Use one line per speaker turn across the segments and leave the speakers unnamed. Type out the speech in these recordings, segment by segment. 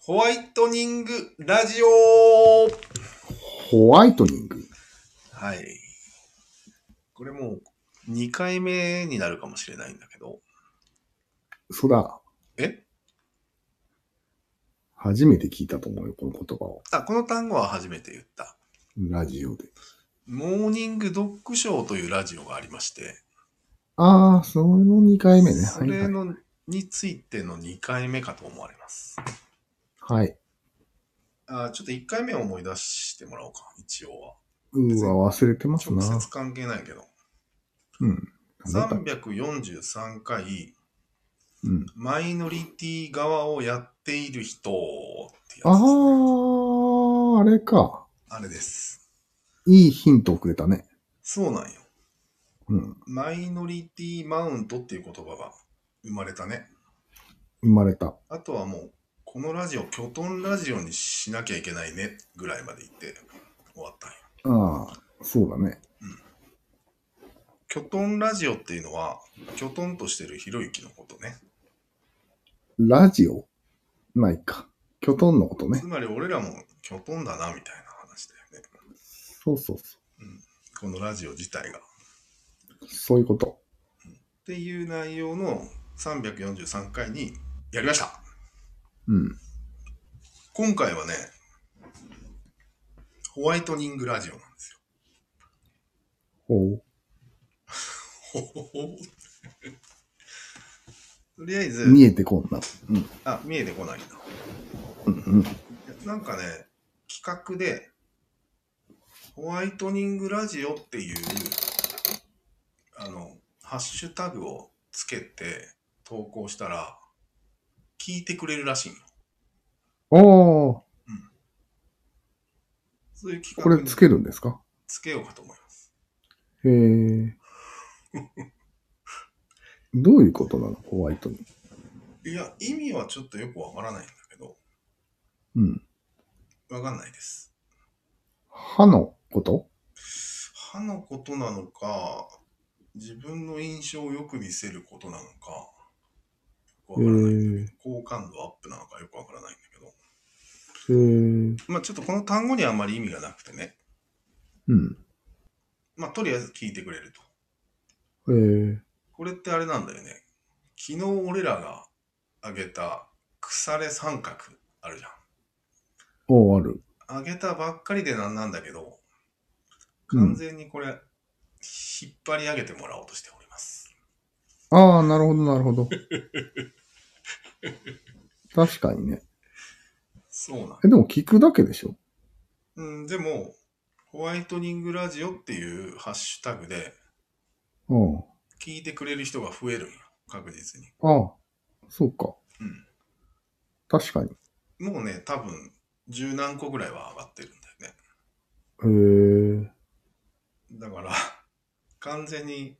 ホワイトニングラジオ
ホワイトニング
はい。これもう2回目になるかもしれないんだけど。
そら、
え
初めて聞いたと思うよ、この言葉を。
あ、この単語は初めて言った。
ラジオで。
モーニングドッグショーというラジオがありまして、
ああ、その2回目ね。
そ
はい、
れ
はい。
のについての2回目かと思われます。
はい。
あ、ちょっと1回目を思い出してもらおうか、一応は。
うわ、忘れてます
直
な。
接関係ないけど。
うん。なんだった
343回、
うん。
マイノリティ側をやっている人ってやつ
ああ、あれか。
あれです。
いいヒントをくれたね。
そうなんよ。
うん。
マイノリティマウントっていう言葉が生まれたね。
生まれた。
あとはもう、このラジオ、キョトンラジオにしなきゃいけないねぐらいまで行って終わったんよ。
ああ、そうだね。
キョトンラジオっていうのは、キョトンとしてるひろゆきのことね。
ラジオないか。キョトンのことね
つ。まり俺らもキョトンだなみたいな話だよね。
そうそうそ
このラジオ自体が。っ
う。そういうこと。
ていう内容の343回にやりました。
うん。
今回はね、ホワイトニングラジオなんですよ。
ほう。
ほほほ とりあえず、
見えてこんな。うん。
あ、見えてこないな。
うんうん。
なんかね、企画で、ホワイトニングラジオっていう、あの、ハッシュタグをつけて投稿したら、聞いてくれるらしいの。
おー、
そういう企
こ
画
れ
に
つけるんですか
つけようかと思います。
へ え。どういうことなのホワイトに。
いや、意味はちょっとよくわからないんだけど、
うん。
わかんないです。
歯のこと
歯のことなのか自分の印象をよく見せることなのかよくわからない、
へえ
好感度アップなのかよくわからないんだけど
へえ。
まあちょっとこの単語にはあまり意味がなくてね
うん。
まあとりあえず聞いてくれると
へえ。
これってあれなんだよね昨日俺らが挙げた腐れ三角あるじゃん
おー、ある。
挙げたばっかりでなんなんだけど
うん
完全にこれ引っ張り上げてもらおうとしております、
ああ、なるほど、なるほ ど。確かにね。
そうなん
え、でも聞くだけでしょ
うん、でも、ホワイトニングラジオっていうハッシュタグで
うん。
聞いてくれる人が増えるんよ、確実に。
ああ、そうか。確かに。
うん。もうね、多分、十何個ぐらいは上がってるんだよね。
へえ。
だから、完全に、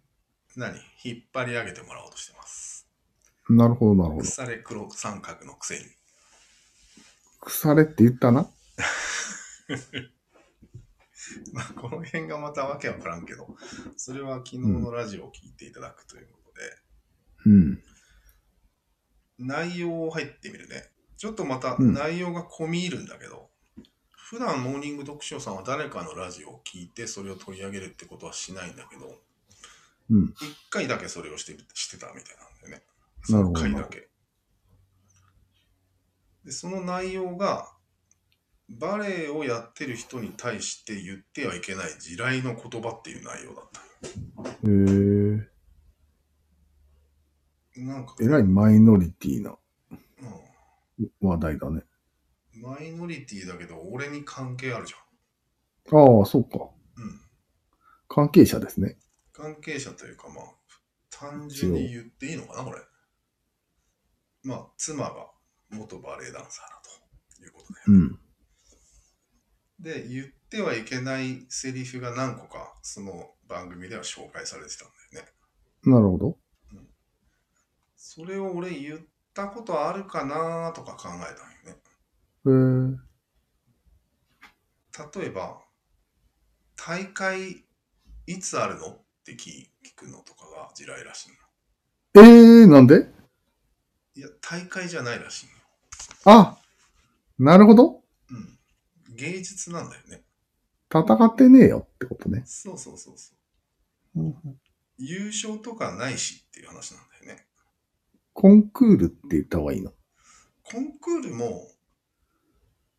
何引っ張り上げてもらおうとしてます。
なるほど、なるほど。
腐れ黒三角のくせに。
腐れって言ったな。
まあ、この辺がまたわけわからんけど、それは昨日のラジオを聞いていただくということで、
うん。
内容入ってみるね。ちょっとまた
うん
内容が込み入るんだけど、普段モーニング読書さんは誰かのラジオを聞いてそれを取り上げるってことはしないんだけど、
うん。
一回だけそれをしてしてたみたいなんだよね。
なるほど
一回だけ。で、その内容が、バレエをやってる人に対して言ってはいけない地雷の言葉っていう内容だった。
へえ。
なんか、
えらいマイノリティな
うん
話題だね。
マイノリティだけど俺に関係あるじ
ああ、そうか。
ゃん。うん。
関係者ですね。
関係者というかまあ単純に言っていいのかなこれまあ妻が元バレエダンサーだということ
うん。
で、で言ってはいけないセリフが何個かその番組では紹介されてたんだよね
なるほど。
それを俺言ったことあるかなとか考えたんよね
へえ。
例えば大会いつあるのって聞聞くのとかが地雷らしいの
えー、なんで
いや大会じゃないらしいの
あなるほど。
うん。芸術なんだよね。
戦ってねえよってことね。
そうそうそうそう。
うん
優勝とかないしっていう話なんだよね。
コンクールって言った方がいいの。
コンクールも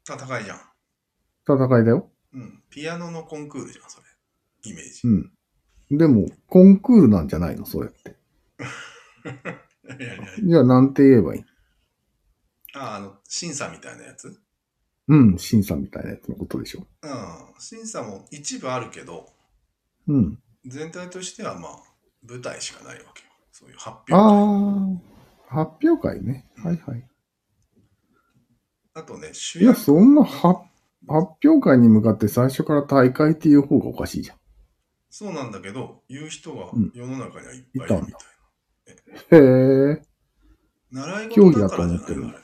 戦いじゃん。
戦いだよ。
うん。ピアノのコンクールじゃん、それ。イメージ
う。ん。でも、コンクールなんじゃないのそれって。
い やいやいや
じゃあ、なんて言えばいい
あ、あの、審査みたいなやつうん。
うん、審査みたいなやつのことでしょ。
審査も一部あるけど、
うん。
全体としてはまあ、舞台しかないわけよ。そういう発表
あ
会。
あ、発表会ね。はいはい。
あとね、主
いや、
役。
そんな発発表会に向かって最初から大会っていう方がおかしいじゃん。
そうなんだけど、言う人が
うん
世の中にはいっぱいいるみたいな。
いへえ。
習い事だからじゃ
競技
な
だと
い
思
の
っ
あれ。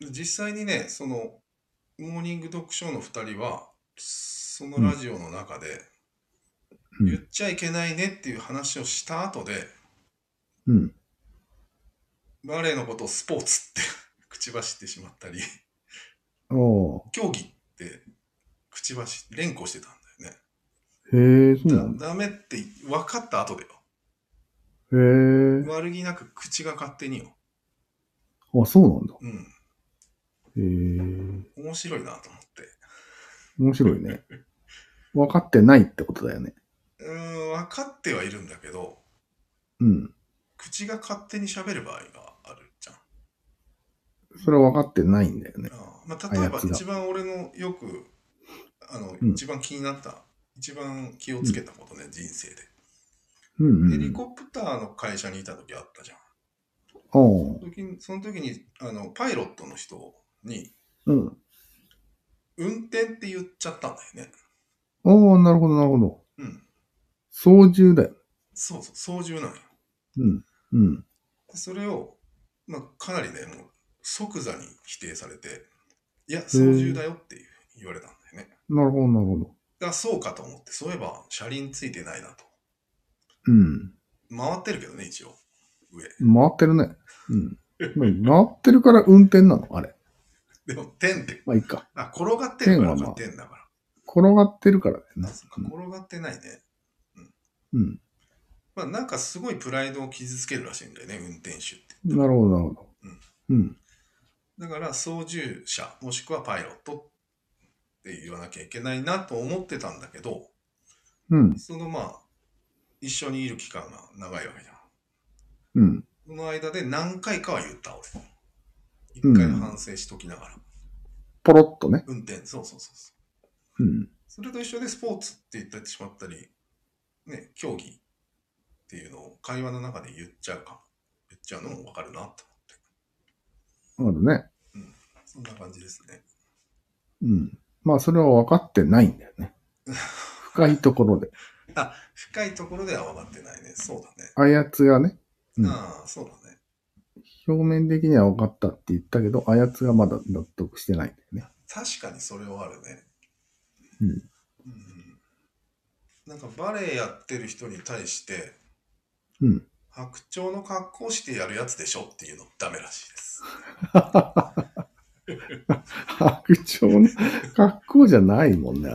うん。
実際にねそのモーニング読書の2人はそのラジオの中で、
うん
言っちゃいけないねっていう話をした後で
うん。
バレエのことをスポーツって 口走ってしまったり
お
競技って口走連呼してたんだよね
ーへえ、そう
だ
なんだ。
ダメって分かった後でよ
へ
悪気なく口が勝手によ
え。あ、そうなんだ。
うん
へえ。
面白いなと思って
面白いね。分かってないってことだよね。
うーん分かってはいるんだけど
うん。
口が勝手に喋る場合があるじゃん
それは分かってないんだよね。
ああまあ、例えば
操ら
一番俺のよくあの、
うん
一番気になった一番気をつけたことね、人生で、
うんう
ヘリ
ん。
コプターの会社にいた時あったじゃん
ああ。
時にその時にあのパイロットの人に
うん。
運転って言っちゃったんだよね
ああ、なるほど、なるほど。
うん
操縦だよ。
そうそう操縦なんよ
うん。うん。
それを、まあ、かなりねもう即座に否定されていや操縦だよっていう言われたんだよね
なるほど、なるほど。
だからそうかと思ってそういえば車輪ついてないなと
うん。
回ってるけどね一応上
回ってるね。うん。回ってるから運転なのあれ。
でも、天って、
まあ、いいか。
あ、転がってるから
天はま
か、
あ
天だか
転がってるからだよ
ら。
な
あ。そっか転がってないね。
うん。
まあ、なんかすごいプライドを傷つけるらしいんだよね、運転手って。
なるほど、なるほど。うん。
だから、操縦者、もしくはパイロットって言わなきゃいけないなと思ってたんだけど、
うん。
そのまあ、一緒にいる期間が長いわけじゃん。
うん。
その間で何回かは言った、俺。一
うん
回反省しときながら。
ポロッとね。
運転、そうそうそうそう。
うん。
それと一緒でスポーツって言ってしまったり、ね、競技っていうのを会話の中で言っちゃうかも。言っちゃうのもわかるなと思って。
あるね。
そんな感じですね。
うん。まあ、それは分かってないんだよ ね。深いところで。
あ、深いところでは分かってないね。そうだね。
あやつがね、うん
ああ、そうだね。
表面的には分かったって言ったけど、あやつがまだ納得してないんだよね。
確かにそれはあるね。
うん
うんなんかバレエやってる人に対して、
うん
白鳥の格好してやるやつでしょっていうのダメらしいです。
白鳥 の格好じゃないもんね。あ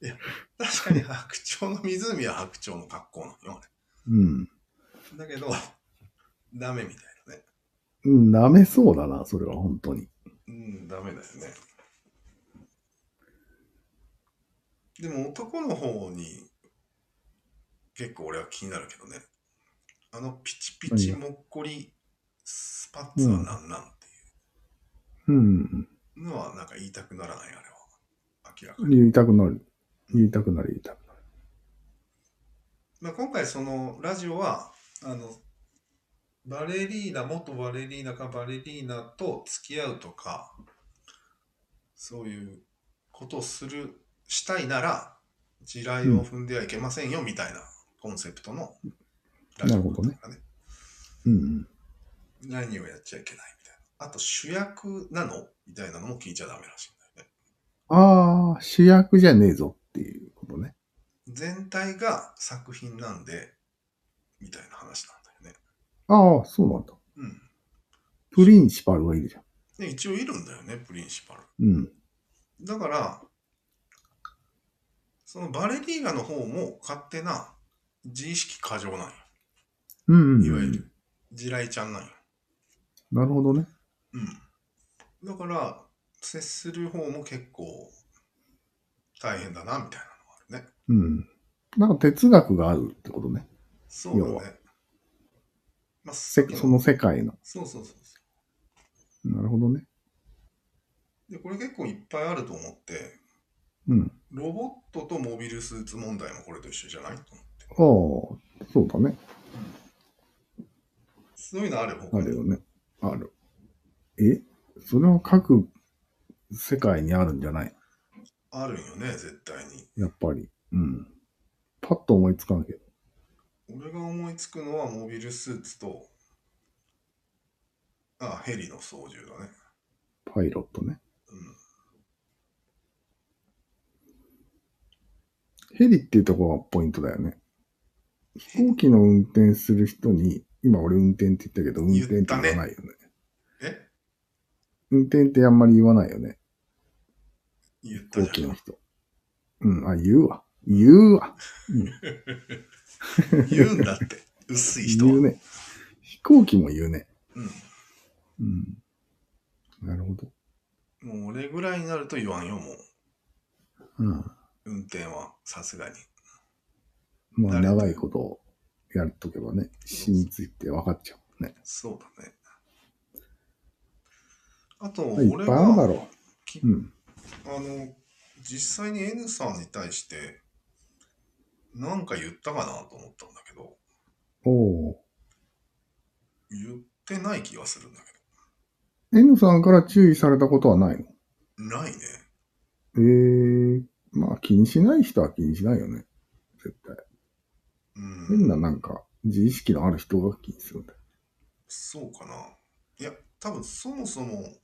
れ
確かに白鳥の湖は白鳥の格好なのよ、あれ
うん。
だけど、 ダメみたいなね。
うん舐めそうだな、それは本当に。
うん、ダメだよね。でも男の方に結構俺は気になるけどね。あのピチピチもっこりスパッツは何なんって
うん。
いうのはなんか言いたくならないあれは。明らかに。
言いたくなる。言いたくなる、言いたくなる。
まあ、今回そのラジオはあのバレリーナ元バレリーナかバレリーナと付き合うとかそういうことをするしたいなら地雷を踏んではいけませんよみたいなコンセプトのラジオだったからね
うん。
何をやっちゃいけないみたいなあと主役なのみたいなのも聞いちゃダメらしいんだよね
ああ、主役じゃねえぞっていうことね。
全体が作品なんでみたいな話なんだよね
ああ、そうなんだ。
うん。
プリンシパルがいるじゃ
で一応いるんだよね、プリンシパル。
ん。うん。
だから、そのバレリーナの方も勝手な自意識過剰なんよ。
うん、うん。
いわゆる。地雷ちゃんなんよ。
なるほどね。
うん。だから、接する方も結構大変だな、みたいなのがあるね。
うん。なんか哲学があるってことね。
そうだね。まあ、
せその世界の。
そうそうそうそ
なるほどね。
う。で、これ結構いっぱいあると思って、
うん。
ロボットとモビルスーツ問題もこれと一緒じゃないと思って。
ああ、そうだね。
そういうのある
あ
方
るよね。ある。えそれは各世界にあるんじゃない
あるんよね、絶対に。
やっぱり。うん。パッと思いつかんけど。
俺が思いつくのはモビルスーツと、あ、ヘリの操縦だね。
パイロットね。
うん。
ヘリっていうところがポイントだよね。飛行機の運転する人に、今俺運転って言ったけど、運転って言わないよね。
え
運転ってあんまり言わないよね。
言った
飛行機
じゃ
の人。うん、あ、言うわ。言うわ。
ん。言うんだって。薄い人は。
言うね。飛行機も言うね。
うん。
うん。なるほど。
もう俺ぐらいになると言わんよ、もう。
うん。
運転は、さすがに。
まあ、
慣れて
長いことをやっとけばね、死について分かっちゃうもんね。
そうだね。あと、
いっ
俺
ぱいあるだ
が、
ろ
き
う。うん。
あの、実際に N さんに対して、なんか言ったかなと思ったんだけど、
おお
言ってない気がするんだけ
ー。N さんから注意されたことはないの
ど。ないね。
ええまあ気にしない人は気にしないよね。絶対。
うん。
変ななんか、自意識のある人が気にするんだよ。
そうかな。いや、多分そもそも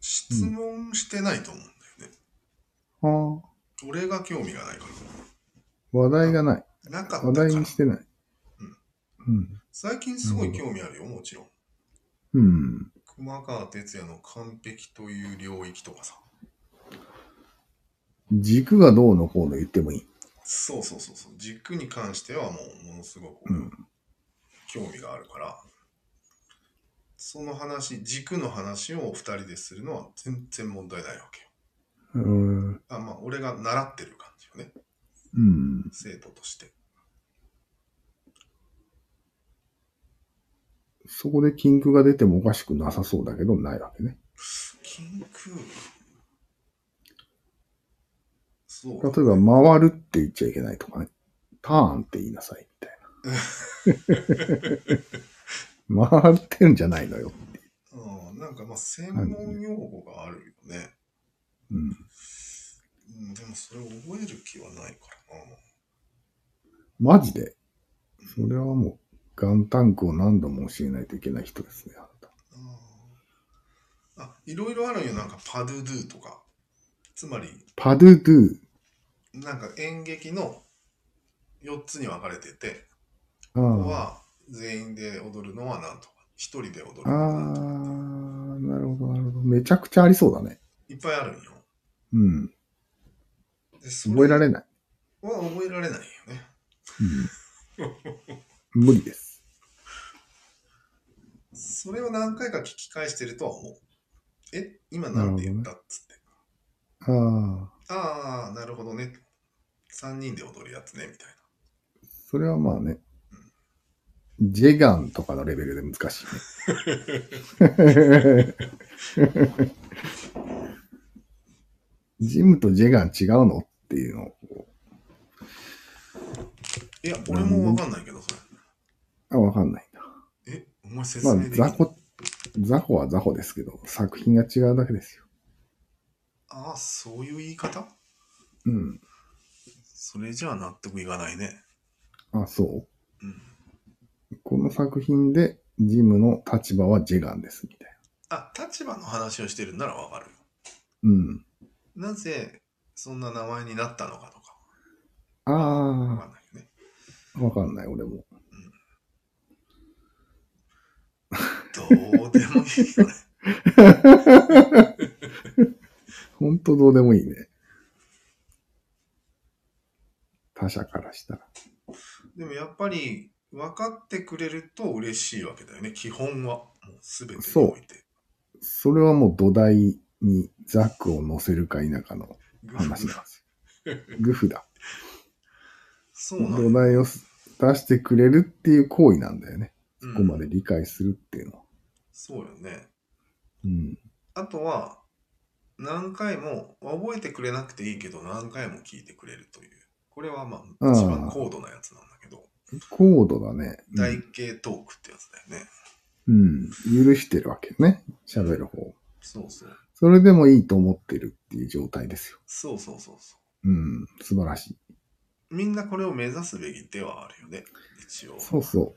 質問してないと思うんだよね。
ああ。
俺が興味がないか
話題がない。
ら。なか
話
ったか
題
ら
に。してない。うん。
最近すごい興味あるよ、もちろん。
うん。
熊川哲也の完璧という領域とかさ。
軸がどうのこうの言ってもいい。
そうそうそうそう。軸に関してはもうものすごく
うん
興味があるから、その話、軸の話をお二人でするのは全然問題ないわけよ。
うん。
あまあ、俺が習ってる感じよね。
うん。
生徒として。
そこで禁句が出てもおかしくなさそうだけど、ないわけね。
緊急そう
例えば、回るって言っちゃいけないとかね。ターンって言いなさい、みたいな。回ってるんじゃないのよ。
うん、なんかまあ専門用語があるよね、
うん。
うん、でもそれ覚える気はないからな
マジで。それはもう、元旦句を何度も教えないといけない人ですね、あなた。
あーあいろいろあるよなんかパドゥドゥとかつまり
パドゥドゥ。
なんか演劇の4つに分かれててここ
あ
は全員で踊るのはなんとか一人で踊る
あ。ああ
のはなんとかっ、
なるほど、なるほど。めちゃくちゃありそうだね。
ていっぱいあるんよ
うん。
でそ
覚えられない。
は覚えられないよね
うん、無理です。
それを何回か聞き返してるとは思う。え、今なんて言ったっつって。
ああ。
ああ、なるほどね。3人で踊るやつね、みたい
それはまあね。ジェガンとかのレベルで難しいね。ジムとジェガン違うのっていうのを
な。いや、俺もわかんないけど、そ
あ、わかんないんだ。
れ。え、お前説
まあ
明で、きる、
雑魚、雑魚は雑魚ですけど、作品が違うだけですよ。
ああ、そういう言い方
うん。
それじゃあ納得いかないね。
あ、そ
うん。
う。この作品で、ジムの立場はジェガンです、みたい
あ、立場の話をしてるんならわかるよ。
な。うん。
なぜそんな名前になったのかとか、わか
あ
んないよね。
あ、わかんない、俺も。
どうでもいい よね。
ほんとどうでもいいね。他者からしたら。
でもやっぱり分かってくれると嬉しいわけだよね、基本は。もう全てにおいて。
それはもう土台にザックを乗せるか否かの
グフ
話なんです よ。グフだ。
そうなん
土
だ。
台を出してくれるっていう行為なんだよね。
うん
ここまで理解するっていうのは。
そうよね。
うん。
あとは、何回も、覚えてくれなくていいけど、何回も聞いてくれるという。これはまあ、
あー
一番高度なやつなんだけど、
高度だね。
台形トークってやつだよね。
うん。許してるわけね。喋る方。
そうそう。
それでもいいと思ってるっていう状態ですよ。
そうそうそうそ
うん。素晴らしい。
う。みんなこれを目指すべきではあるよね、一応。
そうそう。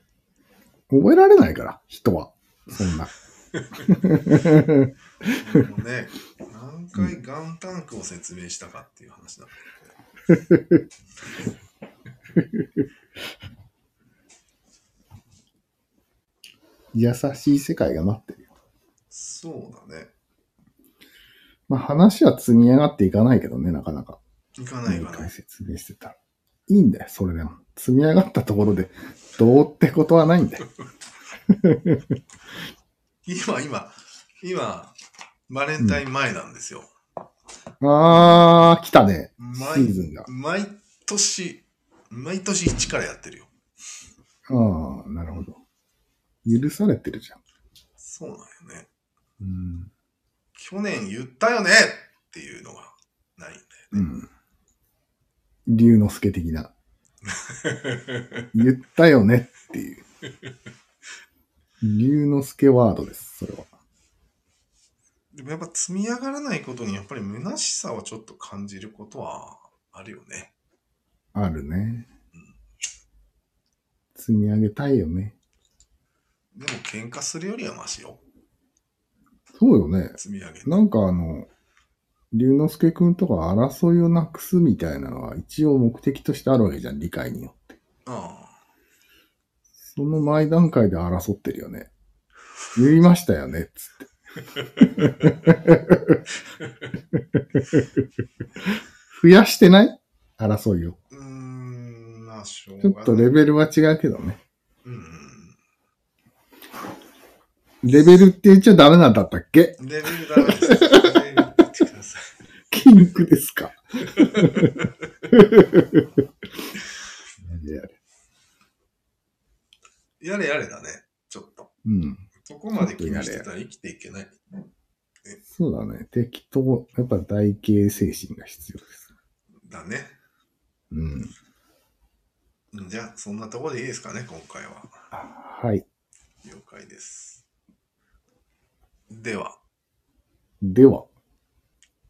覚えられないから、人は。そんな。
でもね、何回ガンタンクを説明したかっていう話だ。
優しい世界が待ってるよ。
そうだね。
まあ話は積み上がっていかないけどね、なかなか。
いかない
毎
いかな
回
い。
説明してたら。いいんだよ、それでも。積み上がったところで、どうってことはないんだよ。
今、今、今、バレンタイン前なんですよ。
あー、来たね。シ
毎
ーズンが。
毎年、毎年一からやってるよ。
ああ、なるほど。許されてるじゃん。
そうなんよね。
うん。
去年言ったよねっていうのがないん
うん。龍之介的な。
だよね。
言ったよねっていう。龍之介ワードです、それは。
でもやっぱ積み上がらないことにやっぱり虚しさをちょっと感じることはあるよね。
あるね。積み上げたいよね。
でも喧嘩するよりはマシよ。
そうよね。
積み上げて。
なんかあの、龍之介くんとか争いをなくすみたいなのは一応目的としてあるわけじゃん、理解によって。
ああ。
その前段階で争ってるよね。言いましたよね、つって。増やしてない争いを。
うーん、まあ、しょう
ちょ
がない。
っとレベルは違うけどね。
うん
レベルって言っちゃダメなんだったっけ
うん。レベルダメです。レベル言ってください。
筋肉ですかやれやれ
やれやれだね。ちょっと。
うん。
そこまで気にしてたら生きていけない。
そうだね。適当、やっぱ台形精神が必要です。
だね。
うん。
うんじゃあ、そんなところでいいですかね、今回は。
はい。
了解です。では。
では。